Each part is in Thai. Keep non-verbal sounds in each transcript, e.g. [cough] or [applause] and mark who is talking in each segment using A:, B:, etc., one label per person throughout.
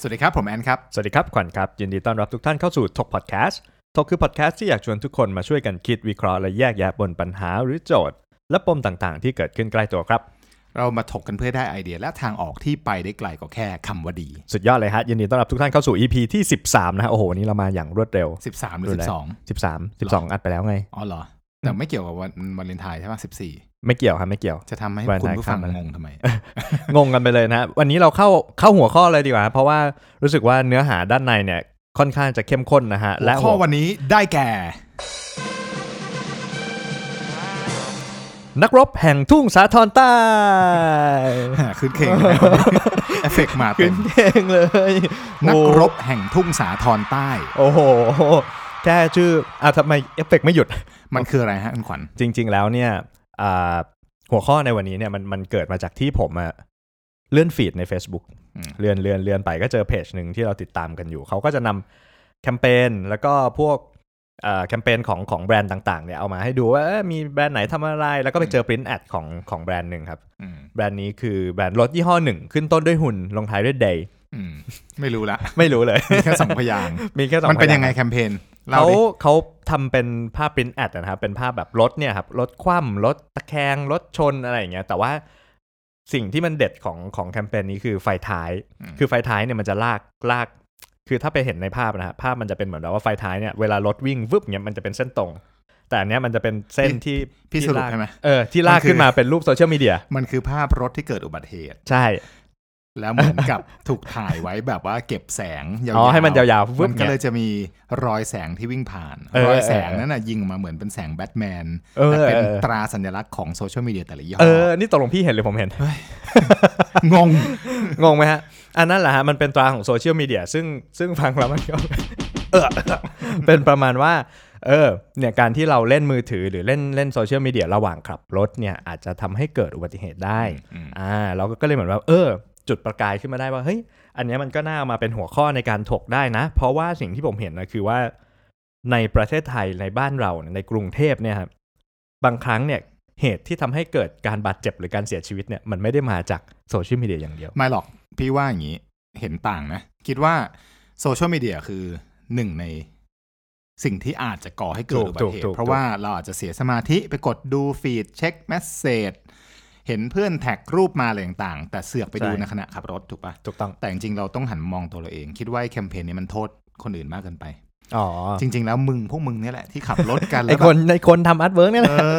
A: สวัสดีครับ ผมแอนครับ
B: สวัสดีครับ ขวัญครับ ยินดีต้อนรับทุกท่านเข้าสู่ทกพอดแคสต์ทกคือพอดแคสต์ที่อยากชวนทุกคนมาช่วยกันคิดวิเคราะห์และแยกแยะบนปัญหาหรือโจทย์ และปมต่างๆ ที่เกิดขึ้นใกล้ตัวครับ
A: เรามาถกกันเพื่อได้ไอเดียและทางออกที่ไปได้ไกลกว่าแค่คำว่าดี
B: สุดยอดเลยฮะยินดีต้อนรับทุกท่านเข้าสู่ EP ที่ 13 นะฮะโอ้โหวันนี้เรามาอย่างรวดเร็ว
A: 13 หรือ
B: ดูแล 13 12 อัดไปแล้วไง
A: 12 อ๋อเหรอ แต่ไม่เกี่ยวกับวันวันเลนไทน์ใช่ป่ะ14
B: ไม่เกี่ยวครับไม่เกี่ยว
A: จะทำให้
B: วัน
A: คุณ
B: ไหน
A: ผู้ฟัง
B: ข้ามมาแล้ว
A: งงทำไม
B: งงกันไปเลยนะฮะวันนี้เราเข้าเข้าหัวข้อเลยดีกว่า เพราะว่ารู้สึกว่าเนื้อหาด้านในเนี่ยค่อนข้างจะเข้มข้นนะฮะ
A: และ
B: และ
A: ข้อวันนี้ได้แก่ [laughs]
B: นักรบแห่งทุ่งสาทรใต้
A: ขึ้น
B: [laughs]
A: เคงใช่ไหมคนนี้เอฟเฟกต์มาเต็
B: ขึ้น
A: ม
B: เพลงเลย
A: นัก
B: โอ้
A: รบแห่งทุ่งสาทรใต้
B: โอ้โห แค่ชื่ออ่ะทำไมเอฟเฟกต์ไม่หยุด
A: มันคืออะไรฮะคุณขวัญ
B: จริง ๆ แล้วเนี่ยอ่าหัวข้อในวันนี้เนี่ยมันมันเกิดมาจากที่ผมอะเลื่อนฟีดใน Facebook
A: อืม
B: เลื่อนเลื่อนเลื่อนไปก็เจอเพจหนึ่งที่เราติดตามกันอยู่ เขาก็จะนำแคมเปญแล้วก็พวกอ่าแคมเปญของของแบรนด์ต่าง ๆ เนี่ยเอามาให้ดูว่าเอ้ยมีแบรนด์ไหนทำอะไร แล้วก็ไปเจอปริ้นแอดของของแบรนด์หนึ่งครับ
A: อืม
B: แบรนด์นี้คือแบรนด์รถยี่ห้อหนึ่งขึ้นต้นด้วยหุ่นลงท้ายด้วยเดย์
A: อืมไม่รู้
B: [laughs]
A: ละ
B: ไม่รู้เลย
A: มีแค่สองพยางค์
B: มีแค่สอง
A: มันเป็น
B: พาา
A: ยังไงแคมเปญเล่า
B: เขา
A: ดิ
B: เขาทำเป็นภาพปริ้นแอดนะครับ เป็นภาพแบบรถเนี่ยครับรถคว่ำรถตะแคงรถชนอะไรอย่างเงี้ย แต่ว่าสิ่งที่มันเด็ดของของแคมเปญนี้คือไฟท้าย คือไฟท้ายเนี่ยมันจะลากลาก คือถ้าไปเห็นในภาพนะฮะภาพมันจะเป็นเหมือนแบบว่าไฟท้ายเนี่ยเวลารถวิ่งวึบเนี่ยมันจะเป็นเส้นตรง แต่อันเนี้ยมันจะเป็นเส้นที่
A: พี่ส
B: ที่
A: รุป
B: ลาก
A: ใช่ไหม
B: เออที่ลาก
A: มันคือ
B: ขึ้นมาเป็นรูปโซเชียลมีเดีย
A: มันคือภาพรถที่เกิดอุบัติเหตุ
B: ใช่
A: แล้วเหมือนกับ ถูกถ่ายไว้แบบว่าเก็บแสงยาวๆ
B: อ๋อให้มันยาวๆวึบ
A: มันก็
B: เนี่
A: เลย
B: ย
A: จะมีรอยแสงที่วิ่งผ่าน
B: เออ
A: รอยแสงนั้นน่ะยิงมาเหมือนเป็นแสงแบทแมน
B: เออ
A: แต่เป็น
B: เออ
A: ตราสัญลักษณ์ของโซเชียลมีเดียแต่ละยี่ห้
B: เอ
A: อ
B: อ นี่ตกลงพี่เห็นหรือผมเห็น
A: งง
B: งงไหมฮะ อันนั้นแหละฮะ มันเป็นตราของโซเชียลมีเดียซึ่งซึ่งฟังแล้วมันก็ [laughs] เออเป็นประมาณว่า เออ เนี่ยการที่เราเล่นมือถือหรือเล่นเล่นโซเชียลมีเดียระหว่างขับรถเนี่ยอาจจะทำให้เกิดอุบัติเหตุได้
A: อืม
B: อ่า เราก็เลยเหมือนว่า เออ จุดประกายขึ้นมาได้ว่า เฮ้ย อันเนี้ยมันก็น่าเอามาเป็นหัวข้อในการถกได้นะ เพราะว่าสิ่งที่ผมเห็นนะคือว่า ในประเทศไทยในบ้านเราเนี่ยในกรุงเทพเนี่ยครับบางครั้งเนี่ยเหตุที่ทำให้เกิดการบาดเจ็บหรือการเสียชีวิตเนี่ยมันไม่ได้มาจากโซเชียลมีเดียอย่างเดียว
A: ไม่หรอก พี่ว่าอย่างนี้ เห็นต่างนะ คิดว่าโซเชียลมีเดียคือหนึ่งในสิ่งที่อาจจะก่อให้เกิดอุบัติเหตุ
B: ถูกๆๆ
A: เพราะว่าเราอาจจะเสียสมาธิไปกดดูฟีดเช็คแมสเซจเห็นเพื่อนแท็กรูปมาอะไรต่างๆ แต่เสือกไปดูในขณะขับรถถูกปะ
B: ถูกต้อง
A: แต่จริงๆ เราต้องหันมามองตัวเราเอง คิดว่าไอ้แคมเปญเนี้มันโทษคนอื่นมากเกินไป
B: อ๋อ
A: จริง ๆ แล้วมึงพวกมึงเนี่ยแหละที่ขับรถกัน
B: ไอ
A: แล้ว
B: ค
A: แบบ
B: นในคนทำอาร์ตเวิร์กเนี่ยแห
A: เอ
B: ละ
A: อ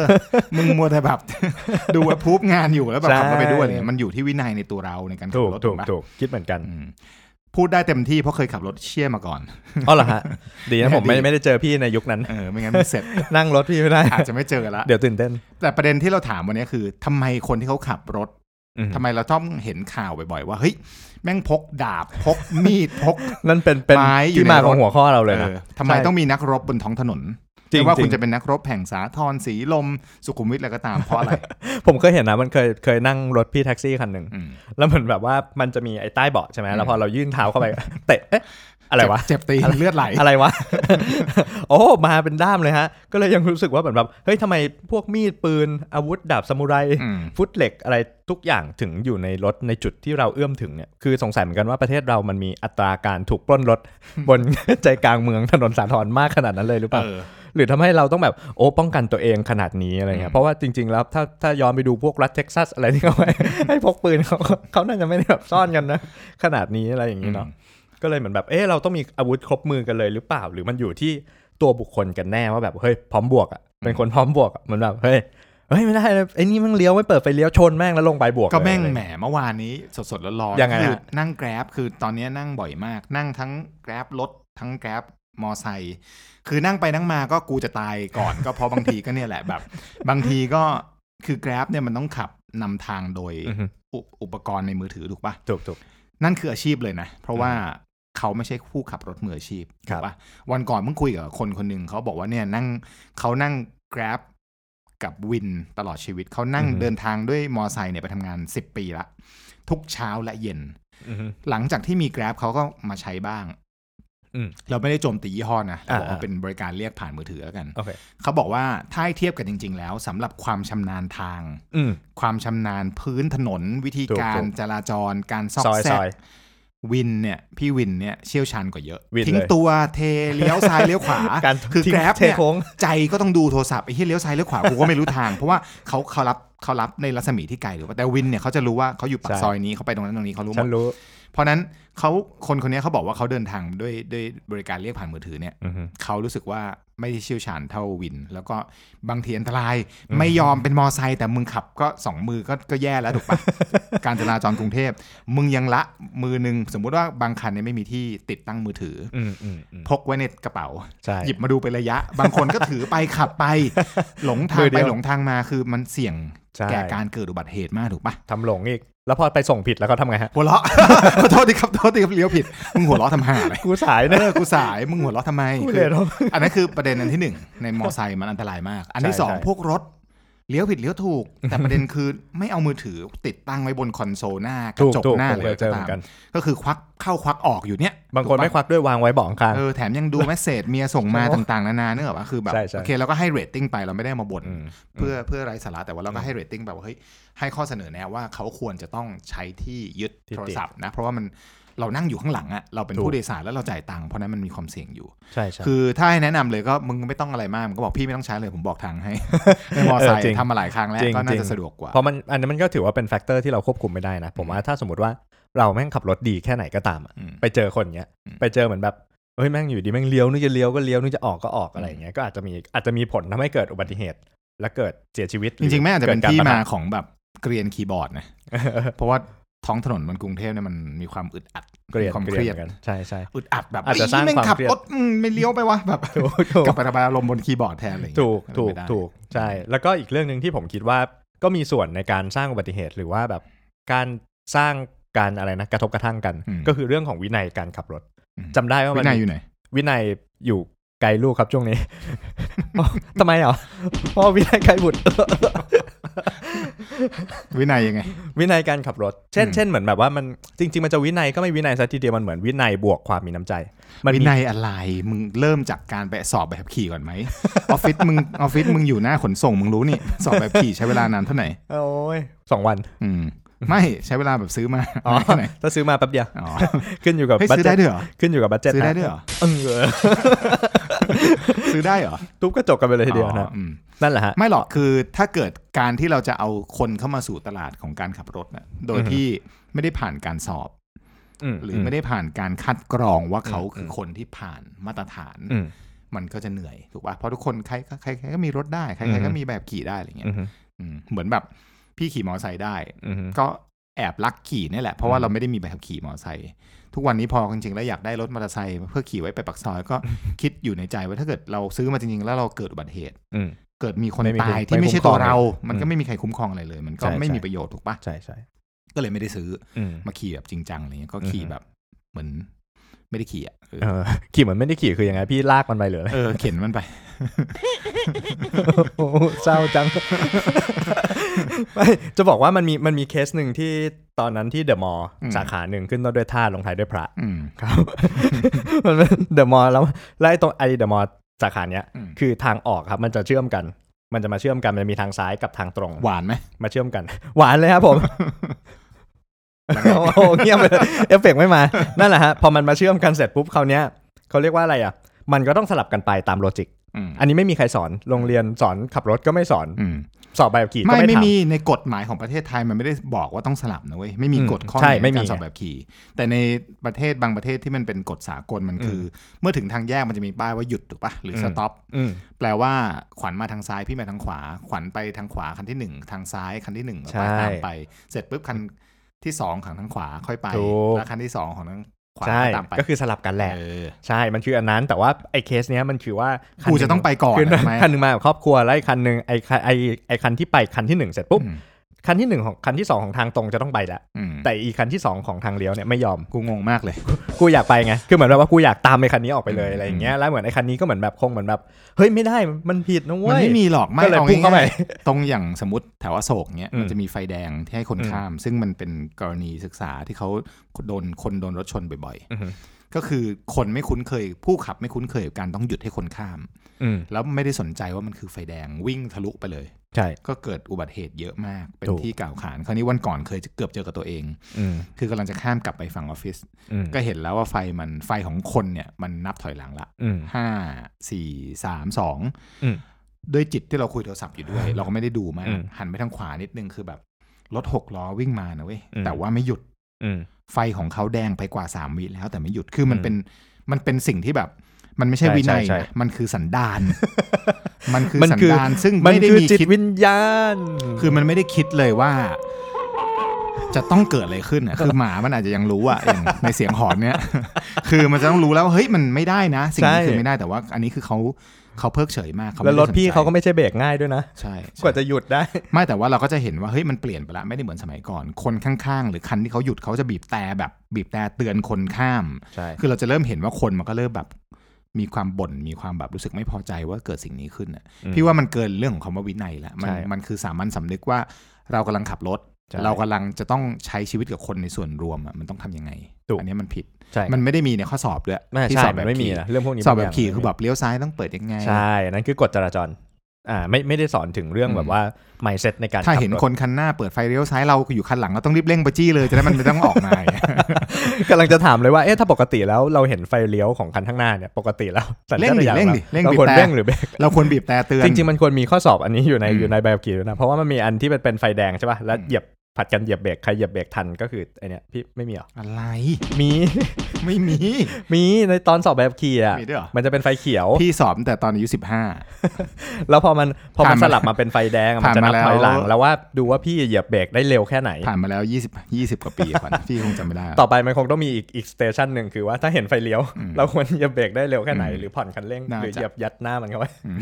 A: มึง [laughs] มัวแต่แบบ ดูว่าพูบงานอยู่แล้วแบบ
B: ใช่
A: ขับรถไปด้วยเนี่ยมันอยู่ที่วินัยในตัวเราในการขั
B: ถู
A: บ
B: ก
A: รถ
B: ถูก
A: ปะ
B: ถูกคิดเหมือนกัน
A: อืมพูดได้เต็มที่เพราะเคยขับรถเชี่ยมาก่อน [laughs]
B: อ๋อเหรอฮะ ดีนะผมไม่
A: ดี
B: ไม่ได้เจอพี่ในยุคนั้น
A: เออไม่งั้นไม่เสร็จ [laughs]
B: นั่งรถพี่ไม่ได้
A: อาจจะไม่เจอละ
B: เดี๋ยวตื่นเต้น
A: แต่ประเด็นที่เราถามวันนี้คือทำไมคนที่เขาขับรถ
B: อืม
A: ทำไมเราต้องเห็นข่าวบ่อยๆว่าเฮ้ยแม่งพกดาบพกมีดพก
B: นั่นเป็นเป็น
A: ไม้อยู่
B: ที่มา
A: ในรถ
B: ของหัวข้อเราเลยนะ
A: ออทำไม
B: ใช่
A: ต้องมีนักรบบนท้องถนน
B: จริง
A: ไม่ว่า
B: จริง
A: คุณจะเป็นนักรบแห่งสาทรสีลม สุขุมวิทอะไรก็ตาม
B: [laughs]
A: เพราะอะไร
B: ผมเคยเห็นนะมันเคยเคยนั่งรถพี่แท็กซี่คันหนึ่ง
A: อืม
B: แล้วเหมือนแบบว่ามันจะมีไอ้ใต้เบาะใช่ไหมแล้วพอเรายื่นเท้าเข้าไป เตะเอ๊ะอะไรวะ
A: เจ็บตีนเลือดไหล
B: อะไรวะ [laughs] โอ้ มาเป็นด้ามเลยฮะ ก็เลยยังรู้สึกว่าเหมือนแบบ เฮ้ยทำไมพวกมีดปืน อาวุธดาบซามูไร
A: อืม
B: ฟุตเหล็กอะไรทุกอย่างถึงอยู่ในรถในจุดที่เราเอื้อมถึงเนี่ย คือสงสัยเหมือนกันว่าประเทศเรามันมีอัตราการถูกปล้น
A: [laughs]
B: รถ บน ใจกลางเมืองถนนสาทรมากขนาดนั้นเลยหรือเป
A: เออ
B: ล่าหรือทำให้เราต้องแบบโอ้ป้องกันตัวเองขนาดนี้อะไรเงี้ยเพราะว่าจริงๆแล้วถ้าถ้าย้อนไปดูพวกรัฐเท็กซัสอะไรที่เขาให้ ให้พกปืนเขาเขาน่าจะไม่ได้แบบซ่อนกันนะ ขนาดนี้อะไรอย่างนี้เนาะ
A: อืม
B: ก็เลยเหมือนแบบเออเราต้องมีอาวุธครบมือกันเลยหรือเปล่า หรือมันอยู่ที่ตัวบุคคลกันแน่ว่าแบบเฮ้ยพร้อมบวกอ่ะเป็นคนพร้อมบวกอะเหมือนแบบเฮ้ยเฮ้ยไม่ได้เลยไอ้นี่แมันเลี้ยวไม่เปิดไฟเลี้ยวชนแม่งแล้วลงไปบวก
A: ก็แม่ง
B: เลย
A: แหมเมื่อวานนี้สดสดๆร้อน
B: ยังไง
A: ๆ
B: ฮะ
A: คือนั่งแกร็บคือตอนนี้นั่งบ่อยมาก นั่งทั้งแกร็บรถทั้งแกร็บมอไซค์คือนั่งไปนั่งมาก็กูจะตายก่อน ก็เพราะบางทีก็เนี่ยแหละแบบ บางทีก็คือแกร็บเนี่ยมันต้องขับนำทางโดย
B: อือฮึ
A: อุอุปกรณ์ในมือถือถูกปะ
B: ถูกถูก
A: นั่นคืออาชีพเลยนะ เพราะว่าเขาไม่ใช่ผู้ขับรถมืออาชีพ
B: ครับ
A: ถูกปะวันก่อนเพิ่งคุยกับคนคนหนึ่งเขาบอกว่าเนี่ยนั่งเขานั่ง grab กับวินตลอดชีวิต เขานั่งเดินทางด้วยมอไซค์เนี่ยไปทำงาน 10 ปีละ ทุกเช้าและเย็น
B: อือฮึ
A: หลังจากที่มี grab เขาก็มาใช้บ้าง
B: อืม
A: เราไม่ได้โจมตียี่ห้อนะเราบอกว่า
B: อ่าๆ
A: เป็นบริการเรียกผ่านมือถือแล้วกัน
B: โอเค
A: เขาบอกว่าถ้าให้เทียบกันจริง ๆ แล้วสำหรับความชำนาญทาง
B: อืม
A: ความชำนาญพื้นถนนวิธี
B: ถูก
A: กา
B: ถู
A: ร
B: ก
A: จราจรการซอก
B: ซอย
A: แซ
B: ซ
A: ก
B: อย
A: วินเนี่ยพี่วินเนี่ยเชี่ยวชาญกว่าเยอะ
B: วินเลย
A: ทิ้งตัวเทเลี้ยวซ้ายเลี้ยวขวา
B: [laughs] การ
A: คือ
B: ทิ้ง
A: Grab
B: เท
A: เนี่ย
B: โค้ง
A: ใจก็ต้องดูโทรศัพท์ไอ้ที่เลี้ยวซ้ายเลี้ยวขวากูก็ไม่รู้ทาง เพราะว่าเขาเขารับเขารับในรัศมีที่ไกลหรือว่าแต่วินเนี่ยเขาจะรู้ว่าเขาอยู่ปาก
B: ใช่
A: ซอยนี้เขาไปตรงนั้นตรงนี้เขารู้หม
B: ฉั
A: ด
B: นรู้
A: เพราะนั้นเขาคนคนนี้เขาบอกว่าเขาเดินทางด้วยด้วยบริการเรียกผ่านมือถือเนี่ย
B: อือฮึ
A: เขารู้สึกว่าไม่ได้เชี่ยวชาญเท่าวิน แล้วก็บางทีอันตรายไม่ยอมเป็นมอไซค์แต่มึงขับก็สองมือก็ก็แย่แล้วถูก
B: [laughs]
A: ปะ การจราจรกรุงเทพ มึงยังละมือหนึ่งสมมุติว่าบางคันเนี่ยไม่มีที่ติดตั้งมือถือ
B: อืมอืมอืม
A: พกไว้ในกระเป๋า
B: ใช่
A: หยิบมาดูเป็นระยะ บางคนก็ถือไปขั
B: [laughs]
A: บไป หลงทา
B: มื
A: ง
B: อเดี
A: ไป
B: ยว
A: หลงทางมาคือมันเสี่ยง
B: ใช่
A: แก่การเกิดอุบัติเหตุมากถูกปะ
B: ทำหลงอีก แล้วพอไปส่งผิดแล้วเขาทำไงฮะ
A: หัวเราะ [laughs] ขอโทษทีครับขอโทษทีครับเลี้ยวผิดมึงหัวเราะทำไมเลย
B: กูสาย
A: เอ
B: นะ
A: อกูสายมึงหัวเราะทำไม
B: กู
A: คือ
B: เลยต้อง
A: อันนั้นคือประเด็นอันที่หนึ่งในมอไซค์มันอันตรายมาก อันที่สอง
B: ใช่
A: พวกรถเลี้ยวผิดเลี้ยวถูก แต่ประเด็นคือไม่เอามือถือติดตั้งไว้บนคอนโซลหน้ากระ
B: ถูก
A: จก
B: ถูก
A: หน้า
B: ผม
A: เล
B: เค
A: ย
B: ย
A: ก็
B: เจอเหมื
A: ตา
B: อ
A: ม
B: นกัน
A: ก็คือควักเข้าควักออกอยู่เนี่ย
B: บางคนไม่
A: ถู
B: ค
A: กปะ
B: วักด้วยวางไว้เบาะข้าง
A: เออแถมยังดูแมสเซจเมียส่งมา
B: โอ้
A: ต่างๆ นานาเนกอะว่าคือแบบ
B: ใช่ใช่
A: โอเคเราก็ให้เรตติ้งไปเราไม่ได้มาบ่น
B: อืม
A: เพื่อเพื่อไร้สาระแต่ว่าเราก็ให้เรตติ้งไปว่าเฮ้ยให้ข้อเสนอแนะว่าเขาควรจะต้องใช้ที่ยึด
B: ที่ติด
A: โทรศัพท์นะเพราะว่ามันเรานั่งอยู่ข้างหลังอะเราเป็น
B: ถูก
A: ผู้โดยสารแล้วเราจ่ายตังค์เพราะนั้นมันมีความเสี่ยงอยู่
B: ใช่ใช่
A: คือถ้าให้แนะนำเลยก็มึงไม่ต้องอะไรมากมึงก็บอกพี่ไม่ต้องใช้เลยผมบอกทาง [laughs] ให้ ในมอไซค์
B: จริง
A: ทำมาหลายครั้งแล้ว
B: จริง
A: ก็น่า
B: จริ
A: จะ
B: ง
A: สะดวกกว่า
B: เพราะมันอันนั้นมันก็ถือว่าเป็นแฟกเตอร์ที่เราควบคุมไม่ได้นะ ผมว่าถ้าสมมติว่าเราแม่งขับรถดีแค่ไหนก็ตามอะ
A: อืม
B: ไปเจอคนเงี้ย
A: อืม
B: ไปเจอเหมือนแบบเฮ้ยแม่งอยู่ดีแม่งเลี้ยวนึกจะเลี้ยวก็เลี้ยวนึกจะออกก็ออกอะไรอย่างเงี้ยก็อาจจะมีอาจจะมีผลทำให้เกิดอุบัติเหตุ และเกิดเสียชีวิตห
A: จริงๆแม่อาจจะเป็น
B: กิดกร [laughs]
A: ที่
B: ป
A: มา
B: ทะ
A: ของแบบเกรียนคีย์บอร์ดนะ เพราะว่าท้องถนนมันกรุงเทพเนี่ยมันมีความอึดอัด
B: เกลียด
A: ความ
B: เก
A: เค
B: ลี
A: รี
B: ย
A: ย
B: ด
A: ด
B: เหมือนกันใช่ใช่
A: อึดอัดแบบ
B: อาจจะสร้าง
A: เยแม่
B: ความ
A: ขับ
B: เครียด
A: รถอืมไม่เลี้ยวไปวะแบบ
B: ถูกถูก
A: [laughs] กลับไประบายอารมณ์บนคีย์บอร์ดแทนอะไรอย่างเงี้ย
B: ถูกถูก
A: ไม่ได้
B: ถูกใช่ แล้วก็อีกเรื่องหนึ่งที่ผมคิดว่าก็มีส่วนในการสร้างอุบัติเหตุหรือว่าแบบการสร้างการอะไรนะกระทบกระทั่งกัน ก็คือเรื่องของวินัยการขับรถจำได้ว่ามั
A: วิ
B: น
A: นัยอยู่ไหน
B: วินัยอยู่ไกลลูกครับช่วง
A: [laughs]
B: นี้ ทำไมเหรอเพราะวินัยไกลบุตร
A: วินัยยังไง
B: วินัยการขับรถ เช่น
A: อืม
B: เช่นเหมือนแบบว่ามันจริง ๆ มันจะวินัยก็ไม่วินัยซะทีเดียวมันเหมือนวินัยบวกความมีน้ำใจ มัน
A: วิ
B: มี
A: นัยอะไรมึงเริ่มจากการไปสอบใบขับขี่ก่อนไหม ออฟฟิศมึงออฟฟิศมึงอยู่หน้าขนส่งมึงรู้นี่สอบใบขับขี่ใช้เวลานานเท่าไหร่
B: โอ้ยสองวัน
A: อืมไม่ใช้เวลาแบบซื้อมา
B: อ๋อ
A: แค่ไหน
B: ถ้าซื้อมาแป๊บเดียว
A: อ๋อ
B: ขึ้นอยู่กับ
A: เฮ้ย
B: บัต
A: ซื้อ
B: เจ็
A: ได้
B: ต
A: ด้วยเหรอ
B: ขึ้นอยู่กับบัตเจ็ต
A: ซื้อได้
B: นะ
A: ด้วยเหรอ
B: เออ
A: ซื้อได้เหรอ
B: ทุบกระจกกันไปเลยทีเดียวนะ
A: อ๋ออืม
B: นั่นแหละฮะ
A: ไม่หรอกคือถ้าเกิดการที่เราจะเอาคนเข้ามาสู่ตลาดของการขับรถนะโดย
B: อือฮึ
A: ที่ไม่ได้ผ่านการสอบหรืออไม่ได้ผ่านการคัดกรองว่าเขาคือคนที่ผ่านมาตรฐาน
B: อืม
A: มันก็จะเหนื่อยถูกป่ะเพราะทุกคนใครใครใครก็มีรถได้ใคร
B: อือฮึ
A: ใครก็มีแบบขี่ได้อะไรเงี้
B: อื
A: ย
B: ม
A: อืมเหมือนแบบพี่ขี่มอเตอร์ไซค์ได้
B: อืม
A: ก็แอบลักขี่นี่แหละ เพราะว่า
B: อืม
A: เราไม่ได้มีใบขับขี่มอเตอร์ไซค์ทุกวันนี้พอจริงๆ แล้วอยากได้รถมอเตอร์ไซค์เพื่อขี่ไว้ไปปักซอยก็ คิดอยู่ในใจว่าถ้าเกิดเราซื้อมาจริงๆ แล้วเราเกิดอุบัติเหตุ
B: อืม
A: เกิดมีคน
B: ไม่มี
A: ตาย
B: ไม่
A: ที่
B: คุ้ม
A: ไม่ใช่
B: คร
A: ตั
B: อ
A: ว
B: ง
A: เรา
B: เลย
A: มัน
B: อื
A: ก็
B: ม
A: ไม่มีใครคุ้มครองอะไรเลย มันก็
B: ใช่
A: ไม่มี
B: ใช่
A: ประโยชน์ถูกปะ
B: ใช่ใช่
A: ก็เลยไม่ได้ซื้อ
B: อืม
A: มาขี่แบบจริงจังอะไรเงี้ยก็ขี่
B: อือฮึ
A: แบบเหมือนไม่ได้ขี่อ่ะเออ
B: เออขี่เหมือนไม่ได้ขี่คือยังไงพี่ลากมันไปหรืออะไร
A: เออเข็นมันไป
B: โอ้โหเศร้าจัง [laughs] ไม่จะบอกว่ามันมีมันมีเคสหนึ่งที่ตอนนั้นที่เดอะมอลล์
A: อืม
B: สาขาหนึ่งขึ้นต้นด้วยท่าลงท้ายด้วยพระ
A: อืม
B: ครับ มันเป็นเดอะมอลล์แล้วแล้วไอ้ตรงไอ้เดอะมอลล์สาขาเนี้ย
A: อืม
B: คือทางออกครับ มันจะเชื่อมกัน มันจะมาเชื่อมกันมันมีทางซ้ายกับทางตรง
A: หวานไหม
B: มาเชื่อมกัน หวานเลยครับผม โอ้โหเงียบเลยเอฟเฟกต์ไม่มา นั่นแหละฮะ พอมันมาเชื่อมกันเสร็จปุ๊บเขาวเนี้ยเขาเรียกว่าอะไรอ่ะ มันก็ต้องสลับกันไปตามโลจิก
A: อืม
B: อันนี้ไม่มีใครสอน โรงเรียนสอนขับรถก็ไม่สอน
A: อืม
B: สอบใบขับขี่ก็
A: ไม่
B: ไม่
A: ไม่
B: ถาม
A: มีในกฎหมายของประเทศไทยมันไม่ได้บอกว่าต้องสลับนะเว้ยไม่มี
B: อืม
A: กฎข้อ
B: ใช่
A: ไหน
B: ไม่
A: ใน
B: มี
A: การสอบแบบขี่ แต่ในประเทศบางประเทศที่มันเป็นกฎสากลมันคือ เมื่อถึงทางแยกมันจะมีป้ายว่าหยุดถูกปะหรือ
B: อืม
A: สต็อป
B: อืม
A: แปลว่าขวัญมาทางซ้ายพี่มาทางขวา ขวัญไปทางขวาคันที่หนึ่งทางซ้ายคันที่หนึ่ง
B: ใช่
A: ไปตามไป เสร็จปุ๊บคันที่สองของทางขวาค่อยไป
B: ถูก
A: แล้วคันที่สองของทางขวา
B: ใช่
A: ก็ตามไป
B: ก็คือสลับกันแหละ
A: เออ
B: ใช่ มันคืออันนั้น แต่ว่าไอ้เคสเนี้ยมันคือว่าคัน
A: กู
B: หนึ่
A: จะต้องไปก่อน
B: คือ
A: ทำไม
B: คันหนึ่งมากับครอบครัวแล้วไอ้คันหนึ่งไอ้คันไอ้ไอ้คันที่ไปคันที่หนึ่งเสร็จปุ๊บ
A: อืม
B: คันที่หนึ่งของคันที่สองของทางตรงจะต้องไปแล้ว
A: อืม
B: แต่อีคันที่สองของทางเลี้ยวเนี่ยไม่ยอม
A: กูงงมากเลย
B: กูอยากไปไง คือเหมือนแบบว่ากูอยากตามไอ้คันนี้ออกไปเลย
A: อืม
B: อะไรอย่างเงี้ย แล้วเหมือนไอ้คันนี้ก็เหมือนแบบคงเหมือนแบบ เฮ้ยไม่ได้ มันผิดนะ
A: มั
B: เว้
A: น
B: ย
A: ไม่มีหรอกไม่
B: ก็เลย
A: เอา
B: พุ่งเข้าไป
A: ง่ายๆตรงอย่างสมมติแถวอโศกเนี้ย
B: อืม
A: มันจะมีไฟแดงที่ให้คน
B: อืม
A: ข้าม ซึ่งมันเป็นกรณีศึกษาที่เขาโดนคนโดนรถชนบ่อยๆ
B: อืม
A: ก็คือคนไม่คุ้นเคย ผู้ขับไม่คุ้นเคยกับการต้องหยุดให้คนข้าม
B: อืม
A: แล้วไม่ได้สนใจว่ามันคือไฟแดงวิ่งทะลุไปเลย
B: ใช่
A: ก็เกิดอุบัติเหตุเยอะมาก เป็น
B: ถูก
A: ที่กล่าวขาน คราวนี้วันก่อนเคยเกือบเจอกับตัวเอง
B: อืม
A: คือกำลังจะข้ามกลับไปฝั่งออฟฟิศ
B: อืม
A: ก็เห็นแล้วว่าไฟมันไฟของคนเนี่ยมันนับถอยหลังละ
B: อืม
A: ห้าสี่สามสอง
B: อืม
A: ด้วยจิตที่เราคุยโทรศัพท์อยู่ด้วย เราก็ไม่ได้ดูมา
B: อื
A: ก
B: ม
A: หันไปทางขวานิดนึงคือแบบรถหกล้อวิ่งมานะเว้ย
B: อืม
A: แต่ว่าไม่หยุด
B: อืม
A: ไฟของเขาแดงไปกว่าสามวิแล้วแต่ไม่หยุด คือมัน
B: อืม
A: เป็นมันเป็นสิ่งที่แบบ มันไม่ใช่
B: ใช่
A: วินัย
B: ใช่ใช่
A: นะมันคือสันดาน
B: [laughs]
A: มันคือ
B: มัน
A: สัน
B: คือ
A: ดานซึ่ง
B: มัน
A: ไม่ได้
B: คือ
A: มี
B: จิต
A: คิด
B: วิญญาณ
A: คือมันไม่ได้คิดเลยว่า จะต้องเกิดอะไรขึ้น
B: [laughs]
A: อ่ะ คือหมามันอาจจะยังรู้อ่ะอย่างในเสียงหอนเนี้ย [laughs] คือมันจะต้องรู้แล้วว่าเฮ้ยมันไม่ได้นะ สิ่งนี้
B: ใช่
A: คือไม่ได้แต่ว่า อันนี้คือเขาเขาเพิกเฉยมากเขาไม่
B: แล้วรถ
A: ได้สนใจ
B: พี่เขาก็ไม่ใช่เบรกง่ายด้วยนะ
A: ใช่ใช่
B: กว่าจะหยุดได้
A: ไม่แต่ว่าเราก็จะเห็นว่าเฮ้ยมันเปลี่ยนไปละไม่ได้เหมือนสมัยก่อน คนข้างๆ หรือคันที่เขาหยุดเขาจะบีบแต่แบบบีบแต่เตือนคนข้าม
B: ใช่
A: คือเราจะเริ่มเห็นว่าคนมันก็เริ่มแบบ มีความบ่นมีความแบบรู้สึกไม่พอใจว่าเกิดสิ่งนี้ขึ้นน่ะ
B: อืม
A: พี่ว่ามันเกินเรื่องของคำว่าวินัยละมัน
B: ใช่
A: มันคือสามัญสำนึกว่าเรากำลังขับรถ
B: ใช่
A: เรากำลังจะต้องใช้ชีวิตกับคนในส่วนรวมอะมันต้องทำยังไง
B: ถูก
A: อันเนี้ยมันผิด
B: ใช่
A: มันไม่ได้มีในข้อสอบด้วย
B: ไม่
A: ที่
B: ใช่
A: สอบ
B: มั
A: แบ
B: น
A: บ
B: ไม่มี
A: ขี่
B: นะเรื่องพวกนี้
A: สอบแบบ
B: างย่าง
A: ขี่คือ
B: ไม่มี
A: แบบเลี้ยวซ้ายต้องเปิดยังไง
B: ใช่ นั่นคือกฎจราจร อ่า ไม่ไม่ได้สอนถึงเรื่อง
A: อืม
B: แบบว่า mindset ในการ
A: ถ้าเห็น
B: ขับ
A: ค
B: รถ
A: นคันหน้าเปิดไฟเลี้ยวซ้ายเราอยู่คันหลังเราต้องรีบเร่งไปจี้เลยจะได้มันไม่ต้องออก
B: [laughs]
A: มาอย่างเงี้ย
B: กำลังจะถามเลยว่า เอ๊ะ ถ้าปกติแล้วเราเห็นไฟเลี้ยวของคันข้างหน้าเนี่ย ปกติแล้วสัญชาตญาณ
A: เร่งดิเร่งดิ
B: ราควร
A: เร่
B: เร่
A: งบีบแต่
B: งหรือเบรก
A: เราควรบีบแต่เตือน
B: จริงๆ มันควรมีข้อสอบอันนี้อยู่ใน
A: อืม
B: อยู่ในใบขับขี่ด้วยนะ เพราะว่ามันมีอันที่เป็นเป็นไฟแดงใช่ป่ะ แล้ว
A: อืม
B: เหยียบผัดกันเหยียบเบรก ใครเหยียบเบรกทันก็คือไอเนี่ยพี่ไม่มีเหรอ
A: อะไร
B: มี
A: ไม่มี
B: มีในตอนสอบใบขับขี่อ่ะ
A: มีด้วยเหรอ
B: มันจะเป็นไฟเขียว
A: พี่สอบตั้งแต่ตอนอายุสิบห้า
B: แล้วพอมันพอมัน
A: ผ่านมา
B: สลับมาเป็นไฟแดงอะมัน
A: ผ่าน
B: จะนับ
A: มาแล้ว
B: ถอยหลัง แล้วว่าดูว่าพี่เหยียบเบรกได้เร็วแค่ไหน
A: ผ่านมาแล้วยี่สิบยี่สิบกว่าปีก่อน [laughs] พี่คงจำไม่ได้
B: ต่อไปมันคงต้องมีอีกอีกสเตชันหนึ่งคือว่าถ้าเห็นไฟเลี้ยว
A: อืม
B: เราควรเหยียบเบรกได้เร็วแค่ไหน
A: อืม
B: หรือผ่อนคันเร่ง
A: น่า
B: หรือ
A: จะ
B: เหยียบยัดหน้ามันเข้าไว้
A: อืม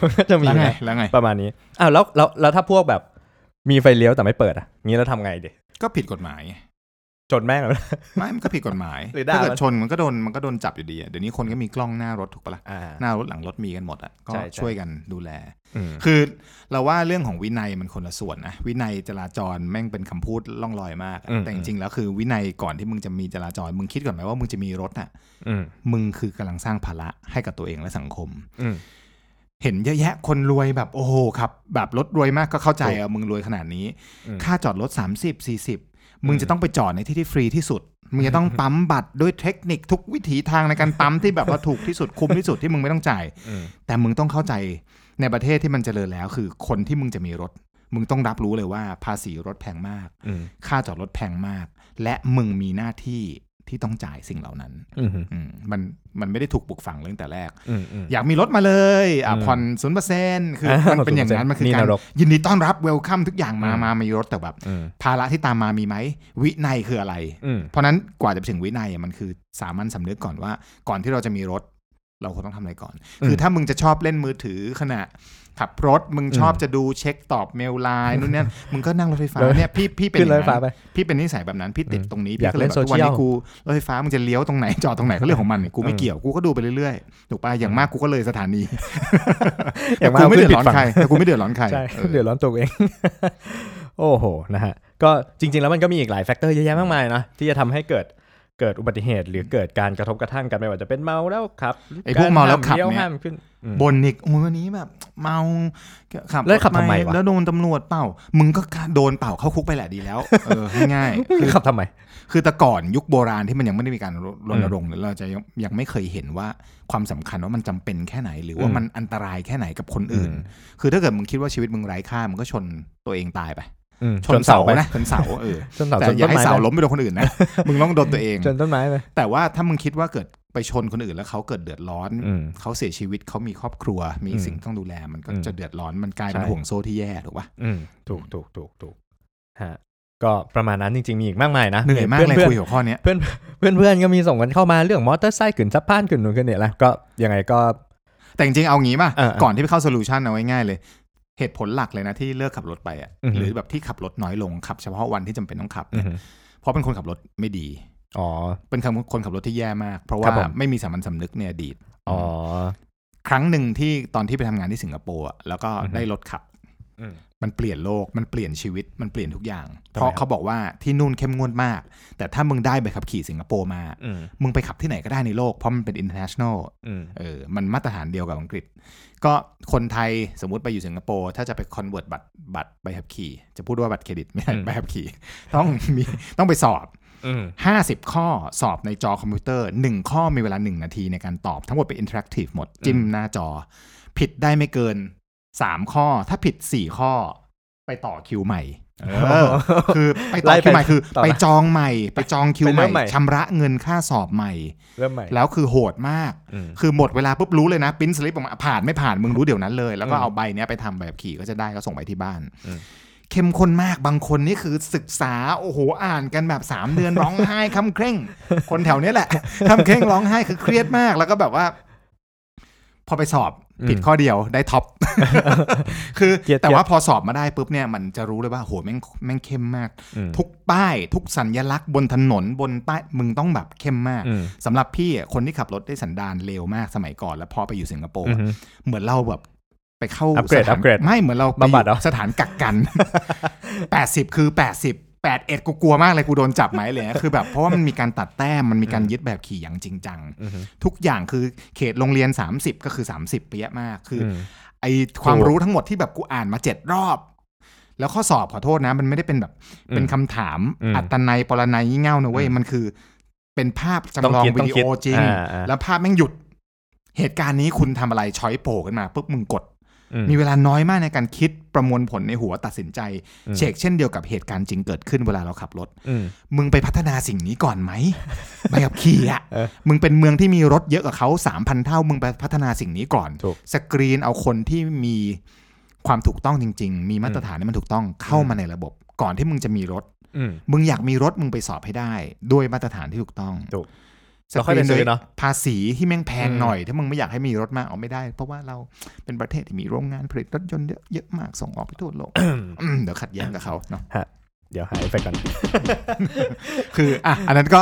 B: มันก็จะมี
A: แล้วไง
B: นะ
A: แล้วไง
B: ประมาณนี้อ้าวแล้วแล้วแล้วถ้าพวกแบบมีไฟเลี้ยวแต่ไม่เปิดอ่ะงี้เราทำไงดิ
A: ก็ผิดกฎหมายไง
B: ชนแม่งเลย
A: ไม่มันก็ผิดกฎหมาย
B: หรือด่า
A: ถ้าเกิ
B: มั
A: ด
B: น
A: ชนมันก็โดนมันก็โดนจับอยู่ดีอะเดี๋ยวนี้คนก็มีกล้องหน้ารถถูกปะล่ะ
B: อ่า
A: หน้ารถหลังรถมีกันหมดอ่ะก็
B: ใช่ใช่
A: ช่วยกันดูแล
B: อืม
A: คือเราว่าเรื่องของวินัยมันคนละส่วนนะวินัยจราจรแม่งเป็นคำพูดล่องลอยมากอะ
B: อืม
A: แต่จริงๆแล้วคือวินัยก่อนที่มึงจะมีจราจรมึงคิดก่อนไหมว่ามึงจะมีรถอ่ะ
B: อืม
A: มึงคือกำลังสร้างภาระให้กับตัวเองและสังคม
B: อืม
A: เห็นเยอะแยะคนรวยแบบโอ้โหครับแบบรถรวยมากก็เข้าใจเอามึงรวยขนาดนี้
B: อืม
A: ค่าจอดรถ 30 40 มึงจะต้องไปจอดในที่ที่ฟรีที่สุด มึงจะต้องปั๊มบัตรด้วยเทคนิคทุกวิถีทางในการปั๊มที่แบบว่าถูกที่สุดคุ้มที่สุดที่มึงไม่ต้องจ่าย
B: อืม
A: แต่มึงต้องเข้าใจในประเทศที่มันเจริญแล้ว คือคนที่มึงจะมีรถ มึงต้องรับรู้เลยว่าภาษีรถแพงมาก
B: อืม
A: ค่าจอดรถแพงมาก และมึงมีหน้าที่ที่ต้องจ่ายสิ่งเหล่านั้น
B: อืม
A: อืมมันมันไม่ได้ถูกปลูกฝังเรื่องแต่แรก
B: อืมอืม
A: อยากมีรถมาเลยอ่ะ
B: อืม
A: ผ่อนศูนย์เปอร์เซ็นต์คือ
B: อ่า
A: มันเป็นอย่างนั้น
B: 0%
A: มันคือ
B: นี่
A: การ
B: นรก
A: ยินดีต้อนรับเวลคัมทุกอย่างมา
B: อืม
A: มามีรถแต่แบบ
B: อืม
A: ภาระที่ตามมามีไหม วินัยคืออะไร
B: อืม
A: เพราะนั้นกว่าจะไปถึงวินัยอ่ะมันคือสามัญสำนึกก่อนว่า ก่อนที่เราจะมีรถ เราควรต้องทำอะไรก่อน คือถ้ามึงจะชอบเล่นมือถือขณะขับรถมึงชอบจะดูเช็คตอบเมลไลน์นู่น
B: [laughs]
A: นี่มึงก็นั่งรถไฟฟ้าเนี่ยพี่พี่เป็นอ
B: ขึ้น
A: ย่าง
B: รถ
A: นั้น
B: ไฟฟ้าไป
A: พี่เป็นนิสัยแบบนั้นพี่ติด
B: อืม
A: ตรงนี้
B: อ
A: พี่
B: ยาก
A: ก็เลยแบบ
B: เล่
A: ทุ
B: น
A: กวันนี้
B: โซเชียล
A: กูรถไฟฟ้ามึงจะเลี้ยวตรงไหนจอดตรงไหนก็เรื่องของมันกูไม่
B: อืม
A: เกี่ยวกูก็ดูไปเรื่อยๆถูกป่ะอย่างมากกูก็เลยสถานี
B: อย่า
A: แต่
B: งมาก
A: กูไม่เดือด
B: ขึ้นผิ
A: ร้อน
B: ฝั่ง
A: ใครแต่กูไม่เดือดร้อนใคร
B: ใช่
A: เออ
B: เดือดร้อนตัวเอง [laughs] โอ้โหนะฮะก็จริง ๆ แล้วมันก็มีอีกหลายแฟกเตอร์เยอะแยะมากมายนะที่จะทำให้เกิดเกิดอุบัติเหตุ หรือเกิดการกระทบกระทั่งกันไม่ว่าจะเป็นเมาแล้วขับ
A: ไอ้พวกเมาแล้วขับ
B: รห้
A: เนี่
B: ห้าย มขึ้นอืม
A: บนอีกโอ้ยวันนี้แบบ เมาขับ
B: แล้วขับ
A: รถ
B: ทำไมวะ
A: แล้วโดนตำรวจเป่า มึงก็โดนเป่าเข้าคุกไปแหละดีแล้ว
B: [laughs]
A: เออง่ายๆคือ
B: ขับทำไม
A: คือแต่ก่อนยุคโบราณที่มันยังไม่ได้มีการรรณรงค์เนี่ยเราจะยังยังไม่เคยเห็นว่าความสำคัญว่ามันจำเป็นแค่ไหน หรือว่า
B: อืม
A: มันอันตรายแค่ไหนกับคนอื่น
B: อืม
A: คือถ้าเกิดมึงคิดว่าชีวิตมึงไร้ค่ามึงก็ชนตัวเองตายไป
B: อืม
A: ไป
B: ไป
A: นะชนเสาเออ
B: ชน [laughs] เสา
A: แต่
B: ชน
A: อ
B: ต้
A: ย่าน ให้
B: ไม้
A: เสา
B: ไป
A: ล้มไปโดนคน
B: [laughs]
A: อื่นนะ มึงต้องโดนตัวเอง
B: ชนต้นไม้ไป
A: แต่ว่าถ้ามึงคิดว่าเกิดไปชนคนอื่นแล้วเขาเกิดเดือดร้อน
B: อืม
A: เขาเสียชีวิตเขามีครอบครัว มี
B: อืม
A: สิ่งต้องดูแลมันก็
B: อืม
A: จะเดือดร้อนมันกลายเป็น
B: ใช่
A: ห่วงโซ่ที่แย่ถูกปะ
B: อืมถูกถูกถูกถูกฮะก็ประมาณนั้นจริง ๆ มีอีกมากมายนะ
A: เหนื่อยมากเลยคุยหัวข้อเนี้ย
B: เพื่อนๆเพื่อนๆก็มีส่งกันเข้ามาเรื่องมอเตอร์ไซค์ขึ้นสะพานขึ้นนู่นขึ้นเนี่ยแหละก็ยังไงก็
A: แต่จริงๆ เอางี้ป่ะ
B: เออเออ
A: ก่อนที่ไปเข้าโซลูชันเอาไว้ง่ายเลย เหตุผลหลักเลยนะที่เลิกขับรถไปอ่ะ
B: อือฮึ
A: หรือแบบที่ขับรถน้อยลงขับเฉพาะวันที่จำเป็นต้องขับ
B: อื
A: เนี่ย
B: ม
A: เพราะเป็นคนขับรถไม่ดี
B: อ๋อ
A: เป็นคนขับรถที่แย่มาก เพราะ
B: ครั
A: ว่า
B: บผม
A: ไม่มีสามัญสำนึกในอดีต
B: อ๋อ
A: ครั้งหนึ่งที่ตอนที่ไปทำงานที่สิงคโปร์อะแล้วก็
B: อือฮึ
A: ได้รถขับ
B: อืม
A: มันเปลี่ยนโลกมันเปลี่ยนชีวิตมันเปลี่ยนทุกอย่าง
B: ทำ
A: เพ
B: ไมครับ
A: ราะเขาบอกว่าที่นู่นเข้มงวดมาก แต่ถ้ามึงได้ใบขับขี่สิงคโปร์มา
B: อืม
A: มึงไปขับที่ไหนก็ได้ในโลกเพราะมันเป็น international
B: อืม
A: เออ มันมาตรฐานเดียวกับอังกฤษ ก็คนไทยสมมติไปอยู่สิงคโปร์ถ้าจะไปคอนเวิร์ตบัตรบัตรใบขับขี่ จะพูดว่าบัตรเครดิตไม่ใช่ใบขับขี่ ต้องมีต้องไปสอบ
B: อืม
A: 50 ข้อสอบในจอคอมพิวเตอร์ 1 ข้อมีเวลา 1 นาทีในการตอบทั้งหมดเป็นอินเทอร์แอคทีฟหมด จิ้มหน้าจอ ผิดได้ไม่เกิน 3 ข้อ ถ้าผิด 4 ข้อ ไปต่อคิวใหม่ เออ คือไปต่อคิวใหม่คือ ไปจองใหม่ ไปจองคิวใหม่ชำระเงินค่าสอบใหม่
B: เริ่มใหม่
A: แล้วคือโหดมาก
B: อืม
A: คือหมดเวลาปุ๊บรู้เลยนะปริ้นสลิปออกมาผ่านไม่ผ่านมึงรู้เดี๋ยวนั้นเลย แล้วก็
B: อืม
A: เอาใบเนี้ยไปทำใบขับขี่ก็จะได้ก็ส่งไปที่บ้าน
B: อืม
A: เข้มข้นมากบางคนนี่คือศึกษา โอ้โหอ่านกันแบบ 3 เดือน ร้องไห้คำเคร่ง คนแถวเนี้ยแหละ คำเคร่งร้องไห้คือเครียดมาก แล้วก็แบบว่า พอไปสอบผิดข้อเดียวได้
B: [laughs]
A: ท็อป คือ
B: เกียรติ
A: แต่ว่าพอสอบมาได้ปุ๊บเนี่ยมันจะรู้เลยว่าโหแม่งแม่งเข้มมาก
B: อืม
A: ทุกป้ายทุกสัญลักษณ์บนถนนบนป้ายมึงต้องแบบเข้มมาก
B: อืม
A: สำหรับพี่อ่ะคนที่ขับรถได้สันดานเร็วมากสมัยก่อน แล้วพอไปอยู่สิงคโปร์
B: อื
A: อ่ะ
B: ม
A: เหมือนเราแบบไปเข้า
B: อัปเกรด
A: สถา
B: อั
A: น
B: ปเกรด
A: ไม่เหมือนเราไป
B: บำบัดเหรอ
A: สถานกักกัน [laughs] 80 คือ 80 81กูกลัวมากเลยกูโดนจับไหมเลยนะคือแบบเพราะว่ามันมีการตัดแต้มมันมีการยึดแบบขี่อย่างจริงจัง
B: อืม
A: ทุกอย่างคือเขตโรงเรียน 30 ก็คือ 30เปียะมากคืออ
B: ม
A: ไอความรู้ทั้งหมดที่แบบกูอ่านมาเจ็ดรอบ แล้วข้อสอบขอโทษนะ มันไม่ได้เป็นแบบเป็นคำถาม
B: อืม
A: อัตนัยปรนัยงี่เง่านะเว้ยมันคือ เป็นภาพจำลอง
B: ต้องคิด
A: วิ
B: ต้อง
A: ดี
B: คิด
A: โอจริง
B: อ่าอ่า
A: แล้วภาพแม่งหยุด เหตุการณ์นี้คุณทำอะไรช้อยโผล่ขึ้นมาปุ๊บมึงกด
B: อืม
A: มีเวลาน้อยมากในการคิดประมวลผลในหัวตัดสินใจ
B: อืม
A: เช็คเช่นเดียวกับเหตุการณ์จริงเกิดขึ้นเวลาเราขับรถ
B: อืม
A: มึงไปพัฒนาสิ่งนี้ก่อนไหม ใบขับขี่อ่ะ
B: เออ
A: มึงเป็นเมืองที่มีรถเยอะกว่าเขา 3,000 เท่า มึงไปพัฒนาสิ่งนี้ก่อน
B: ถูก
A: สกรีนเอาคนที่มีความถูกต้องจริง ๆ มีมาตรฐานที่มันถูกต้องเข้ามาในระบบ ก่อนที่มึงจะมีรถ
B: อืม
A: มึงอยากมีรถมึงไปสอบให้ได้ ด้วยมาตรฐานที่ถูกต้อง
B: ถูก
A: ส
B: เรา
A: ก
B: ค่อย
A: รี
B: ไป
A: น
B: ซื้
A: โดย
B: อเนอะ
A: ภาษีที่แม่งแพง
B: อืม
A: หน่อย ถ้ามึงไม่อยากให้มีรถมากเอาไม่ได้ เพราะว่าเราเป็นประเทศที่มีโรงงานผลิตรถยนต์เยอะเยอะมากส่งออกไปทั่วโลก
B: [coughs]
A: อืมเดี๋ยวขัดแย้งกับเขาเนาะ
B: เดี๋ยวหายไปก่อน
A: คืออ่ะอันนั้นก็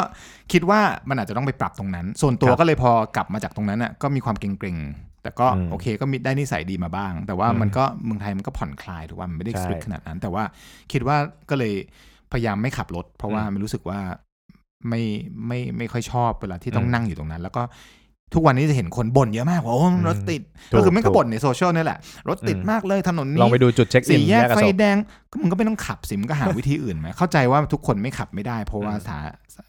A: คิดว่ามันอาจจะต้องไปปรับตรงนั้น ส่วนตัว
B: ครับ
A: ก็เลยพอกลับมาจากตรงนั้นอ่ะก็มีความเกรงๆ แต่ก็
B: อืม
A: โอเคก็มีได้นิสัยดีมาบ้าง แต่ว่า
B: อืม
A: มันก็เมืองไทยมันก็ผ่อนคลายถูกว่ามันไม่ได้
B: ใช่
A: สตริกขนาดนั้น แต่ว่าคิดว่าก็เลยพยายามไม่ขับรถ เพราะว่ามันรู้สึกว่าไม่ไม่ไม่ค่อยชอบเวลาที่ต้อง
B: อืม
A: นั่งอยู่ตรงนั้น แล้วก็ทุกวันนี้จะเห็นคนบ่นเยอะมากว่าโอ้
B: อืม
A: รถติด
B: ถูก
A: ก็คือไม่ก็
B: ถูก
A: บ่นในโซเชียลนี่แหละ รถติด
B: อืม
A: มากเลยถนนนี้
B: ลองไปดูจุดเช็คอิน
A: สี่แยก
B: อ
A: ไฟ
B: โศ
A: แดงก็มึงก็ไม่ต้องขับสิมงก็หา วิธีอื่นไหมเข้าใจว่าทุกคนไม่ขับไม่ได้ เพราะว่า
B: อืม
A: สา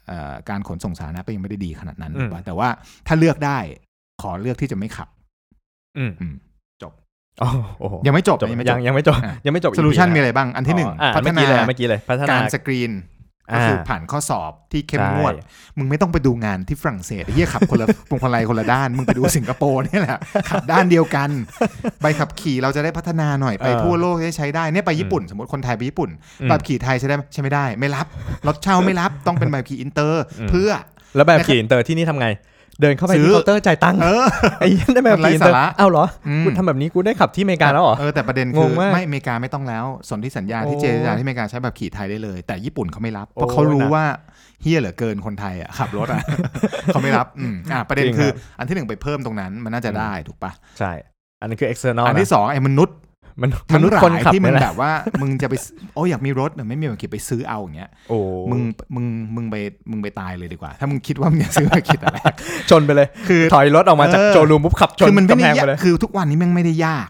A: เอ่อการขนส่งสาธารณะก็ยังไม่ได้ดีขนาดนั้น
B: อืม
A: ถูกปะแต่ว่าถ้าเลือกได้ขอเลือกที่จะไม่ขับ
B: อืม
A: อืม
B: อ๋อโอ้โห
A: ยังไม่จบ
B: จบ
A: ยังไม่จ
B: ยั
A: บ
B: งยังไม่จบ
A: อ่ะ
B: ยังไม่จบ
A: โซลูชัน
B: EP
A: มีอะไรบ้าง อันที่หนึ่ง
B: อ๋ออ่ะ
A: พัฒ
B: เมื่อ
A: นา
B: กี้เลยเมื่อกี้เลยพัฒนา
A: การสกรีนก็คือ
B: อ่า
A: ผ่านข้อสอบที่เข้มงวด มึงไม่ต้องไปดูงานที่ฝรั่งเศสไอ้เฮียขับ
B: [laughs]
A: คนละ ปงคนละไรคนละด้าน มึงไปดูสิงคโปร์เนี่ยแหละ ขับด้านเดียวกัน ใบขับขี่เราจะได้พัฒนาหน่อยไป
B: เออ
A: ทั่วโลกจะได้ใช้ได้เนี่ยไปญี่ปุ่น สมมติคนไทยไปญี่ปุ่น
B: อืม
A: ใบขับขี่ไทยใช้ได้ไหมใช้ไม่ได้ ไม่รับรถเช่าไม่รับต้องเป็นใบขับขี่อินเตอร์
B: อืม
A: เพื่อ
B: แล้วแบบขี่อินเตอร์ที่นี่ทำไง เดินเข้าไป
A: ซื้อ
B: ที่เคาน์เตอร์จ่ายตังค์
A: เออ
B: ไอ้เหี้ยได้แบบ
A: มันไร้
B: ขี่อินเตอร์
A: สาระ
B: เอ้าเหรอ
A: อืม
B: คุณทำแบบนี้กูได้ขับที่อเมริกาแล้วเหรอ
A: เออแต่ประเด็นคือง
B: งมาก
A: ไม่อเมริกาไม่ต้องแล้วสนธิสัญญาที่
B: โอ้
A: เจรจาที่อเมริกาใช้แบบขี่ไทยได้เลย แต่ญี่ปุ่นเขาไม่รับ
B: โอ้
A: เพราะเขารู้
B: นะ
A: ว่าเฮี้ยเหลือเกินคนไทยอ่ะขับรถอ่ะ [laughs] เขาไม่รับอืม
B: [laughs]
A: อ่ะประเด็น
B: จริง
A: คือ
B: ครับ
A: อันที่หนึ่งไปเพิ่มตรงนั้นมันน่าจะได้ถูกปะ
B: ใช่ อันนั้นคือ external
A: อัน
B: นะ
A: ที่สองไอ้มนุษย
B: มันม
A: ทั้ง
B: นุษย์
A: หลา
B: คน
A: ย
B: ขับ
A: ที่มึง
B: เนี่ยแหละ
A: แบบว่า มึงจะไปซื้อโอ้อยากมีรถแต่ไม่มีแบบคิดไปซื้อเอาอย่างเงี้ย
B: โอ้
A: มึงมึงมึงไปมึงไปตายเลยดีกว่า ถ้ามึงคิดว่ามึงจะซื้อมาคิดอะไร
B: ชนไปเลย
A: [laughs] คือ
B: ถอยรถออกมาจาก
A: เออ
B: โชว์รูมปุ๊บขับชน
A: คือมันไม่
B: กำ
A: ได้
B: แพง
A: ยาก
B: ไปเลย
A: คือทุกวันนี้แม่งไม่ได้ยาก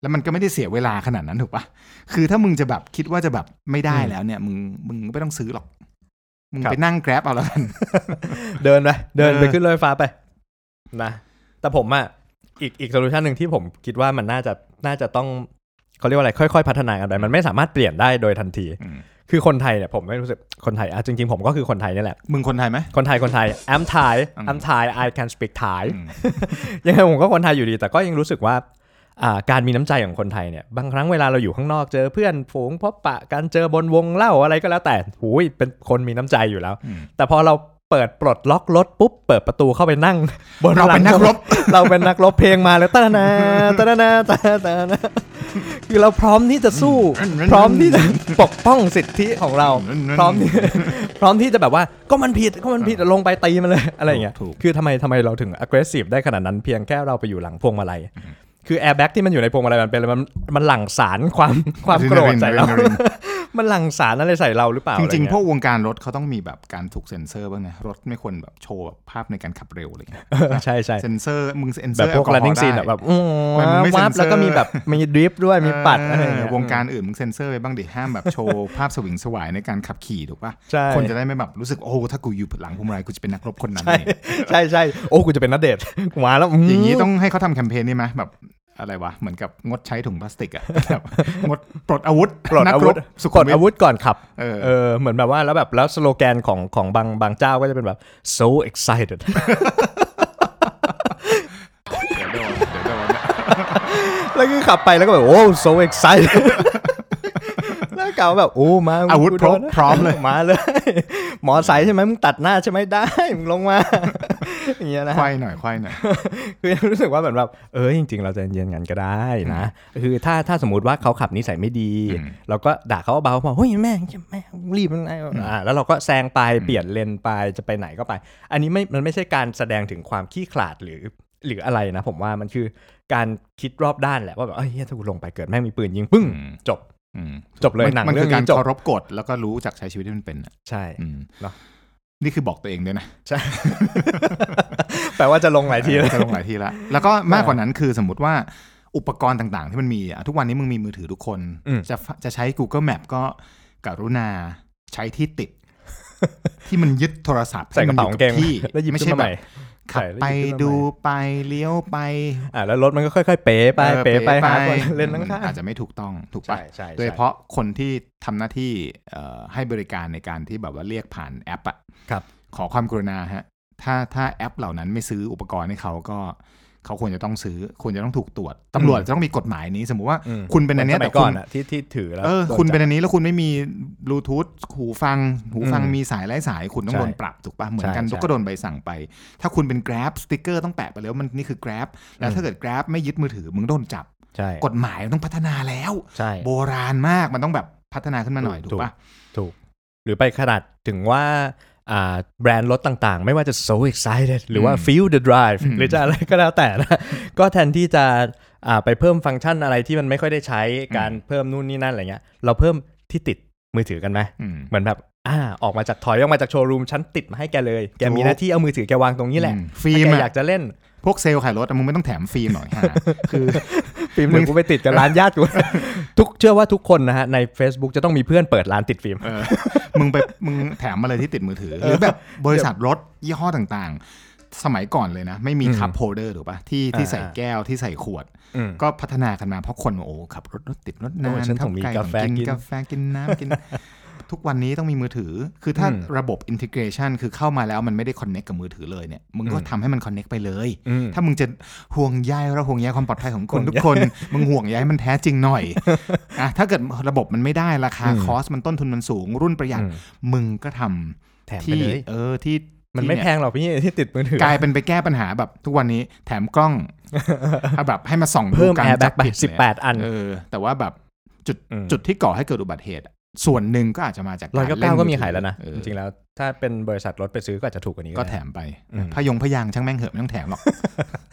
A: แล้วมันก็ไม่ได้เสียเวลาขนาดนั้นถูกปะคือถ้ามึงจะแบบคิดว่าจะแบบไม่ได้แล้วเนี่ย มึงมึงไม่ต้องซื้อหรอก มึง
B: ครับ
A: ไปนั่งแกร็บเอาแล้วกัน
B: เดินไปเดินไป
A: เออ
B: ขึ้นรถไฟฟ้าไปนะแต่ผมอะอีกอีกโซลูชันหนึ่งที่ผมคิดว่ามันน่าจะน่าจะต้องเขาเรียกว่าอะไรค่อย ๆ พัฒนากันไปมันไม่สามารถเปลี่ยนได้โดยทันที
A: อืม
B: คือคนไทยเนี่ยผมไม่รู้สึกคนไทยอ่ะจริงๆผมก็คือคนไทยนี่แหละ
A: มึงคนไทยไหม
B: คนไทยคนไทย I'm Thai
A: อืม
B: I'm Thai I can speak Thai
A: อืม
B: ยังไงผมก็คนไทยอยู่ดี แต่ก็ยังรู้สึกว่าอ่าการมีน้ำใจของคนไทยเนี่ยบางครั้งเวลาเราอยู่ข้างนอกเจอเพื่อนฝูงพบปะกันเจอบนวงเล่าอะไรก็แล้วแต่หูยเป็นคนมีน้ำใจอยู่แล้ว
A: อืม
B: แต่พอเราเปิดปลดล็อกรถปุ๊บเปิดประตูเข้าไปนั่ง บน
A: เราเป็นนักรบ
B: [laughs] เราเป็นนักรบเพลงมาแล้วตะ
A: [laughs]
B: นาตะนาตะนาตะนาคือเราพร้อมที่จะ
A: [laughs]
B: สู้ พร้อมที่จะ [laughs] ปกป้องสิทธิของเรา พร้อมที่ [laughs] พร้อมที่จะแบบว่าก็มันผิดก็มันผิดลงไป
A: [laughs]
B: ตีมันเลย อะไรอย่างเงี้ย
A: ถูกถูก
B: คือทำไมทำไมเราถึง aggressive ได้ขนาดนั้นเพียงแค่เราไปอยู่หลังพวงมาลัย คือแอร์แบ็กที่มันอยู่ในพวงมาลัยมันเป็นอะไรมันมันหลั่งสารความ
A: [laughs]
B: ความโกรธ
A: Adrenaline
B: ใส่เรา
A: Adrenaline
B: มันหลั่งสารอะไรใส่เราหรือเปล่า
A: จริง
B: อะไเย
A: ๆ พวกวงการรถเขาต้องมีแบบการถูกเซ็นเซอร์บ้างนะรถไม่ควรแบบโชว์แบบภาพในการขับเร็วอะไรเงี้ย
B: เออใช่ใช่
A: เซ็นเซอร์มึงเซ็นเซ
B: แบ
A: อบ ร์
B: พวก
A: แอลกอฮอ
B: running
A: ล์
B: scene อะ
A: ได้
B: แบบอื้อ
A: มันไม่
B: วับ
A: censor
B: แล้วก็มีแบบมีดริฟต์ด้วยมีปัดอะไรอย่างเงี้ยว
A: งการอื่นมึงเซ็นเซอร์ไปบ้างดิห้าม
B: [laughs]
A: แบบโชว์ ภาพสวิงสวายในการขับขี่ถูกปะ
B: ใช่
A: คนจะได้ไม่แบบรู้สึกโอ้โหถ้ากูอยู่หลังพวงมาลัยกูจะเป็นนักรบคนนั้น
B: ใช่
A: เนี่ย
B: ใช่ใช่โอ้กูจะเป็นนัดเดทกู [laughs] มาแล้วม
A: อย่างนี้ต้องให้เขาทำแคมเปญนี่ไหมแบบอะไรวะ เหมือนกับงดใช้ถุงพลาสติกอะ [laughs] แบบงดปลดอาวุธ
B: ปลด
A: นัก
B: อาวุ
A: ร
B: ธ
A: บสุ
B: ปล
A: ขุม
B: ด
A: วิ
B: อา
A: ท
B: วุธก่อนขับ
A: เออ
B: เออ เหมือนแบบว่าแล้วแบบแล้วสโลแกนของของบางบางเจ้าก็จะเป็นแบบ so excited [laughs]
A: เดี๋ยวโดนเดี๋ยวโดน
B: แล้วก็ขับไปแล้วก็แบบ โอ้ so excited [laughs] แล้วกล่าวแบบ โอ้ มา
A: อาวุธพร้อมพร้อมเลย
B: มาเลย [laughs] หมอสายใช่ไหมมึงตัดหน้าใช่ไหมได้ มึงลงมา [laughs] อย่างเงี้ยนะ
A: ควายหน่อยควายหน่อย
B: คือรู้สึกว่าเหมือนแบบเออจริง ๆ เราใจเย็นๆกันก็ได้นะ คือถ้าถ้าสมมติว่าเขาขับนิสัยไม่ดี
A: อืม
B: เราก็ด่าเขาเบาๆบอกเฮ้ยแม่งแม่งรีบมันไงอ่าแล้วเราก็แซงไปเปลี่ยนเลนไปจะไปไหนก็ไป อันนี้ไม่มันไม่ใช่การแสดงถึงความขี้ขลาดหรือ หรืออะไรนะ ผมว่ามันคือการคิดรอบด้านแหละว่าแบบเอ้ยเหี้ยถ้ากูลงไปเกิดแม่งมีปืนยิงปึ้ง
A: อืม
B: จบ
A: อืม
B: จบเลยหนัง
A: มัน
B: เรื่
A: คือ อง การ
B: นี้จบ
A: เคารพกฎแล้วก็รู้จักใช้ชีวิตที่มันเป็นอะ
B: ใช่
A: อืม
B: เนอะ
A: นี่คือบอกตัวเองด้วยนะ
B: แปลว่าจะลงหลายที
A: เอ
B: เล
A: อย จะลงหลาย
B: [laughs]
A: ทีละ แล้วก็มากกว่านั้นคือสมมติว่าอุปกรณ์ต่างๆ ที่มันมีอะทุกวันนี้มึงมีมือถือทุกคน
B: อืม
A: จะฟจะใช้ Google Map ก็กรุณาใช้ที่ติด [laughs] ที่มันยึดโทรศัพท์
B: ใส่กระเป๋า
A: ให้มั
B: กาง
A: น
B: เก
A: อง ยู่บที่
B: แล้วหยิบ
A: ไม่
B: ขึ้น
A: ใช่
B: มา
A: แบ
B: ให
A: บ
B: ม่
A: ขับไป
B: ใส่แล้วหยิบขึ้นมาใหม่
A: ดูไปเลี้ยวไป
B: อ่าแล้วรถมันก็ค่อยๆ เป๋ไป
A: ออ
B: เป๋ไปหา
A: ไป
B: คนเล่นข้าง
A: อาจจะไม่ถูกต้องถูก
B: ๆใช่
A: ปะ
B: ใช่
A: โดยเฉ
B: ใช่
A: พาะคนที่ทำหน้าที่เอ่อให้บริการในการที่แบบว่าเรียกผ่านแอปอะ
B: ครับ
A: ขอความกรุณาฮะถ้าถ้าแอปเหล่านั้นไม่ซื้ออุปกรณ์ให้เขาก็เขาควรจะต้องซื้อควรจะต้องถูกตรวจตำรวจจะต้องมีกฎหมายนี้สมมุติว่า
B: อืม
A: คุณเป็นอันเนี้ย
B: หมืสมั
A: แต่
B: ยก่
A: คุ
B: อน
A: ณ
B: อะที่ที่ถือแล้ว
A: เออ
B: โดน
A: คุณเป็น
B: จับ
A: อันนี้แล้วคุณไม่มีบลูทูธหูฟัง หูฟัง
B: อืม
A: มีสายไร้สายคุณต้อง
B: ใช่
A: โดนปรับถูกปะเหมือนกัน
B: ใช่ใช่
A: ก็โดนใบสั่งไป ถ้าคุณเป็น Grab สติกเกอร์ต้องแปะไปแล้วมันนี่คือ Grab แล้ว
B: อืม
A: ถ้าเกิด Grab ไม่ยึดมือถือมึงโดนจับ
B: ใช่
A: กฎหมายมันต้องพัฒนาแล้ว
B: ใช่
A: โบราณมากมันต้องแบบพัฒนาขึ้นมาหน่อย
B: ถูก
A: ถูกปะ
B: ถูก หรือไปขนาดถึงว่าอ่าแบรนด์รถต่างๆ ไม่ว่าจะ so excited หรือว่า feel the drive หรือจะอะไรก็แล้วแต่นะ [laughs] ก็แทนที่จะอ่าไปเพิ่มฟังก์ชันอะไรที่มันไม่ค่อยได้ใช้การเพิ่มนู่นนี่นั่นอะไรเงี้ย เราเพิ่มที่ติดมือถือกันไหม
A: อืม
B: เหมือนแบบอ่าออกมาจากถอยออกมาจากโชว์รูมฉันติดมาให้แกเลย แกมี
A: ถูก
B: หน้าที่เอามือถือแกวางตรงนี้แหละ
A: อืมฟิ
B: ถ้า
A: ล์ม
B: แก
A: อะ
B: อยากจะเล่น
A: พวกเซลล์ขายรถอะมึงไม่ต้องแถมฟิล์ม
B: [laughs]
A: หน่อยฮะคือ
B: ฟิล์มเดี๋ยวกูไปติดกับร้านญาติกู [laughs] ทุกเชื่อว่าทุกคนนะฮะใน Facebook จะต้องมีเพื่อนเปิดร้านติดฟิล์ม
A: เออมึงไปมึงแถมมาเลยที่ติดมือถือ หรือแบบบริษัทรถยี่ห้อต่างๆ สมัยก่อนเลยนะ ไม่มี
B: อืม
A: คัพโฮเดอร์ถูกปะที่ที่
B: อ่า
A: ใส่แก้วที่ใส่ขวด
B: อืม
A: ก็พัฒนากันมาเพราะคนโอ้ขับรถรถติดรถนา
B: โอ้
A: น
B: ฉันต้องมี
A: ขับ
B: กาแฟ
A: ไต้อง
B: กิน
A: กาแฟกินน้ำกิน [laughs] ทุกวันนี้ต้องมีมือถือ คือถ้า
B: อืม
A: ระบบอินทิเกรชันคือเข้ามาแล้วมันไม่ได้คอนเน็กกับมือถือเลยเนี่ยมึงก็
B: อืม
A: ทำให้มันคอนเน็กไปเลย
B: อืม
A: ถ้ามึงจะห่วงใยเราห่วงใยความปลอดภัยของค
B: ห่วน งใย
A: ทุกคน [laughs] มึงห่วงใยให้มันแท้จริงหน่อย อ่ะถ้าเกิดระบบมันไม่ได้ราคา
B: อืม
A: คอสมันต้นทุนมันสูง รุ่นประหยัด
B: อืม
A: มึงก็ทำ
B: แถมไป
A: ที่
B: เลย
A: เออที่
B: มันไม่
A: ที่
B: แพ
A: เย
B: งหรอกพี่ที่ติดมือถือก
A: ลายเป็นไปแก้ปัญหาแบบทุกวันนี้แถมกล้อง
B: [laughs]
A: เอาแบบให้มาส่องดู
B: เพิ่ม
A: การ
B: แอร์แบ็
A: จั
B: กไป
A: ผิด
B: สิบ
A: เนี่ย
B: แปดอัน
A: เออ แต่ว่าแบบ
B: ม
A: จุดที่ก่อให้เกิดอุบัติเหตุ ส่วนหนึ่งก็อาจจะมาจาก
B: ร้อย
A: ร
B: เก้าเก้าก็มีขาย
A: เล่
B: แล้วนะ
A: เออ
B: จริงๆแล้วถ้าเป็นบริษัทรถไปซื้อก็อาจจะถูกกว่านี้
A: ก็
B: ได้
A: แถมไป
B: อืม
A: พยงพยางช่างแม่งเหอะไม่ต้องแถ
B: [laughs]
A: มหรอก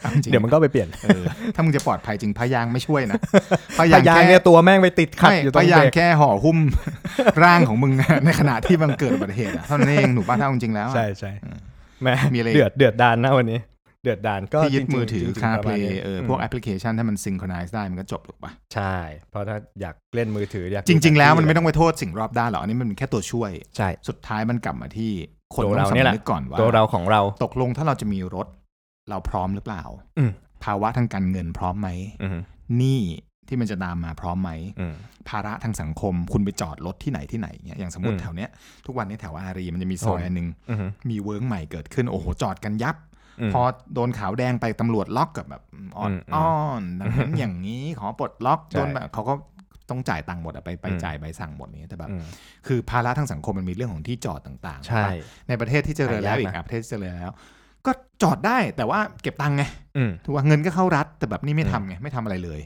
A: อาจริง
B: เดี๋ยวมันก็ไปเปลี่ยน
A: เออถ้ามึงจะปลอดภัยจริงพยางไม่ช่วยนะ
B: [laughs] พยางเนี่ยตัวแม่งไปติดขัด
A: ไม่
B: อยู่ตรง
A: พ
B: เบ
A: ยาง
B: รก
A: แค่ห่อหุ้ม [laughs] ร่างของมึง ในขณะที่มันเกิดอุบัติเหตุอะเท่านั้นเองหนูป้าเท่าจริงๆแล้วอะ
B: ใช่ใช่
A: อืม
B: แหม่
A: มีอะไร
B: เดือดเดือดดานนะวันนี้ เดือดดานก็
A: ที่ยึด
B: จริงๆ
A: มือถือ
B: จริงๆ
A: คา
B: ประ
A: เพ
B: ม
A: ล
B: ณนี้
A: ย์เออพวกแอปพลิเคชันถ้ามันซิงโครไนซ์ได้มันก็จบถูกปะ
B: ใช่ เพราะถ้าอยากเล่นมือถืออยาก
A: จริง ๆ แล้วมันไม่
B: ต้อง
A: ต้องไปโทษสิ่งรอบด้านหรอกอันนี้มันเป็นแค่ตัวช่วย
B: ใช่
A: สุดท้ายมันกลับมาที่คน
B: ตัว
A: ต้
B: เรา
A: อง
B: เนี่ยแห
A: สำ
B: ละ
A: นึกก่อนว่า
B: ตัวเราของเรา
A: ตกลงถ้าเราจะมีรถ เราพร้อมหรือเปล่า
B: อืม
A: ภาวะทางการเงินพร้อมไหม
B: อืม
A: หนี้ที่มันจะตามมาพร้อมไหม
B: อืม
A: ภาระทางสังคม คุณไปจอดรถที่ไหนที่ไหนเนี่ยอย่างสมมติ
B: อืม
A: แถวเนี้ยทุกวันนี้แถวอารีมันจะมีซอย
B: โอ้
A: อันหนึ่ง
B: อืม
A: มีเวิร์กใหม่เกิดขึ้น โอ้โห จอดกันยับ
B: อืม
A: พอโดนขาวแดงไปตำรวจล็อกกับแบบอ่อน
B: อืม
A: อ้อนดังนั้นอย่างนี้ขอปลดล็อก
B: ใช่
A: โดนแบบเขาก็ต้องจ่ายตังค์หมดอะไปไป
B: อืม
A: จ่ายใบสั่งหมดนี้ยแต่แบบ
B: อืม
A: คือภาระทางสังคมมันมีเรื่องของที่จอดต่างๆ
B: ใช่
A: ปะในประเทศที่เจริญแล้ว
B: หายากนะ
A: อีกอ่ะประเทศที่เจริญแล้ว ก็จอดได้แต่ว่าเก็บตังค์ไง
B: อืม
A: ถูกว่าเงินก็เข้ารัฐแต่แบบนี้ไม่ทำไงไม่ทำอะไรเลย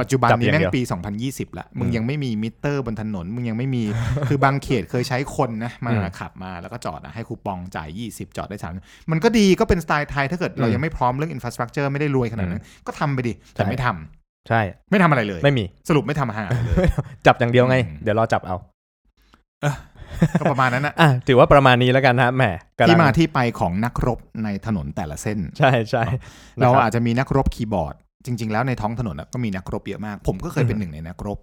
A: ปัจจุบัน
B: จับอ
A: นี้
B: ย่าง
A: แม่
B: เดี
A: ง
B: ยว
A: ปี 2020 ละมึง
B: อืม
A: ยังไม่มีมิเตอร์บนถนน มึงยังไม่มี
B: [laughs]
A: คือบางเขตเคยใช้คนนะ มา
B: อืม
A: ขับมาแล้วก็จอดอะให้คูปองจ่าย 20 จอดได้สามมันก็ดีก็เป็นสไตล์ไทย ถ้าเกิดเรา
B: อืม
A: ยังไม่พร้อมเรื่องอินฟ a าสตรักเจอร์ไม่ได้รวยขนาดนั้น ก็ทำไปดิ แต่
B: ใช่
A: ไม่ทำ
B: ใช่
A: ไม่ทำอะไรเลย
B: ไม่มี
A: สรุปไม่ทำอาหารเลย
B: [laughs] จับอย่างเดียวไง
A: อืม
B: เดี๋ยวรอจับเอา
A: ก็ประมาณนั้นนะ
B: อ่ะถือว่าประมาณนี้แล้วกันนะแหมกำลัง
A: ที่มาที่ไปของนักรบในถนนแต่ละเส้น
B: ใช่ใช่นะ
A: เรา
B: คบ
A: อาจจะมีนักรบคีย์บอร์ด จริง ๆ แล้วในท้องถนนน่ะก็มีนักรบเยอะมาก ผมก็เคยเป็นหนึ่งในนักรบ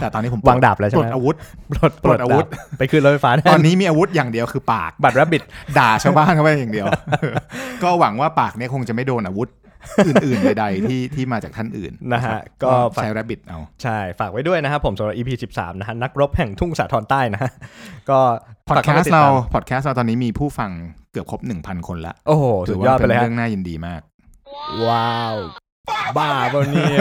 A: แต่ตอนนี้ผมปล
B: วางดาบแล้วใช่
A: ป
B: ไห
A: ล
B: ม
A: ดอาวุธ
B: ปลด
A: ปลดอาวุธ
B: ดบไปขึ้นรถไฟฟ้าแท
A: ตอน
B: น
A: นี้มีอาวุธอย่างเดียวคือปาก
B: บัตรรับบิด
A: ด่าชาวบ้านเขาไปอย่างเดียว [laughs] ก็หวังว่าปากเนี่ยคงจะไม่โดนอาวุธ อื่นๆใดๆที่ที่มาจากท่านอื่น
B: นะฮะก็
A: ใช้ rabbit เอา
B: ใช่ ฝากไว้ด้วยนะครับผมสำหรับ EP 13 นะฮะ นักรบแห่งทุ่งสาทรใต้นะฮะ ก็
A: พอด
B: ฝก
A: แค
B: ข้
A: ส
B: ม
A: ต์
B: ด
A: เรา
B: ม
A: พอดแคสต์เราตอนนี้มีผู้ฟังเกือบครบ 1,000 คนละ
B: โอ้โห สุดยอด
A: ถืว่า
B: ไปเลย
A: น
B: ฮะ
A: เรื่องน่ายินดีมาก
B: ว้าว บ้าบนนี้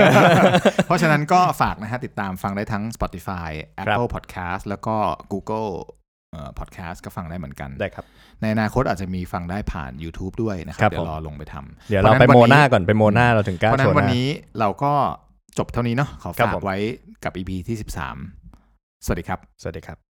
A: เพราะฉะนั้นก็ฝากนะฮะติดตามฟังได้ทั้ง Spotify Apple Podcast แล้วก็ Google เอ่อ podcast ก็ฟังได้เหมือนกัน
B: ได้ครับ
A: ในอนาคตอาจจะมีฟังได้ผ่าน YouTube ด้วยนะค
B: ครั
A: รับบ เดี๋ยวรอลงไปทำ
B: เดี๋ยวเราไป
A: พะฉะ
B: โม
A: วั
B: นาก่อนไปโมนาเราถึงกล้า
A: เพราะฉะ
B: โช
A: นั้
B: ว์
A: น
B: ห
A: วัน
B: น้า
A: นี้เราก็จบเท่านี้เนาะขอ
B: ครับ
A: ฝาก
B: ผม
A: ไว้กับ EP ที่ 13 สวัสดีครับ
B: สวัสดีครับ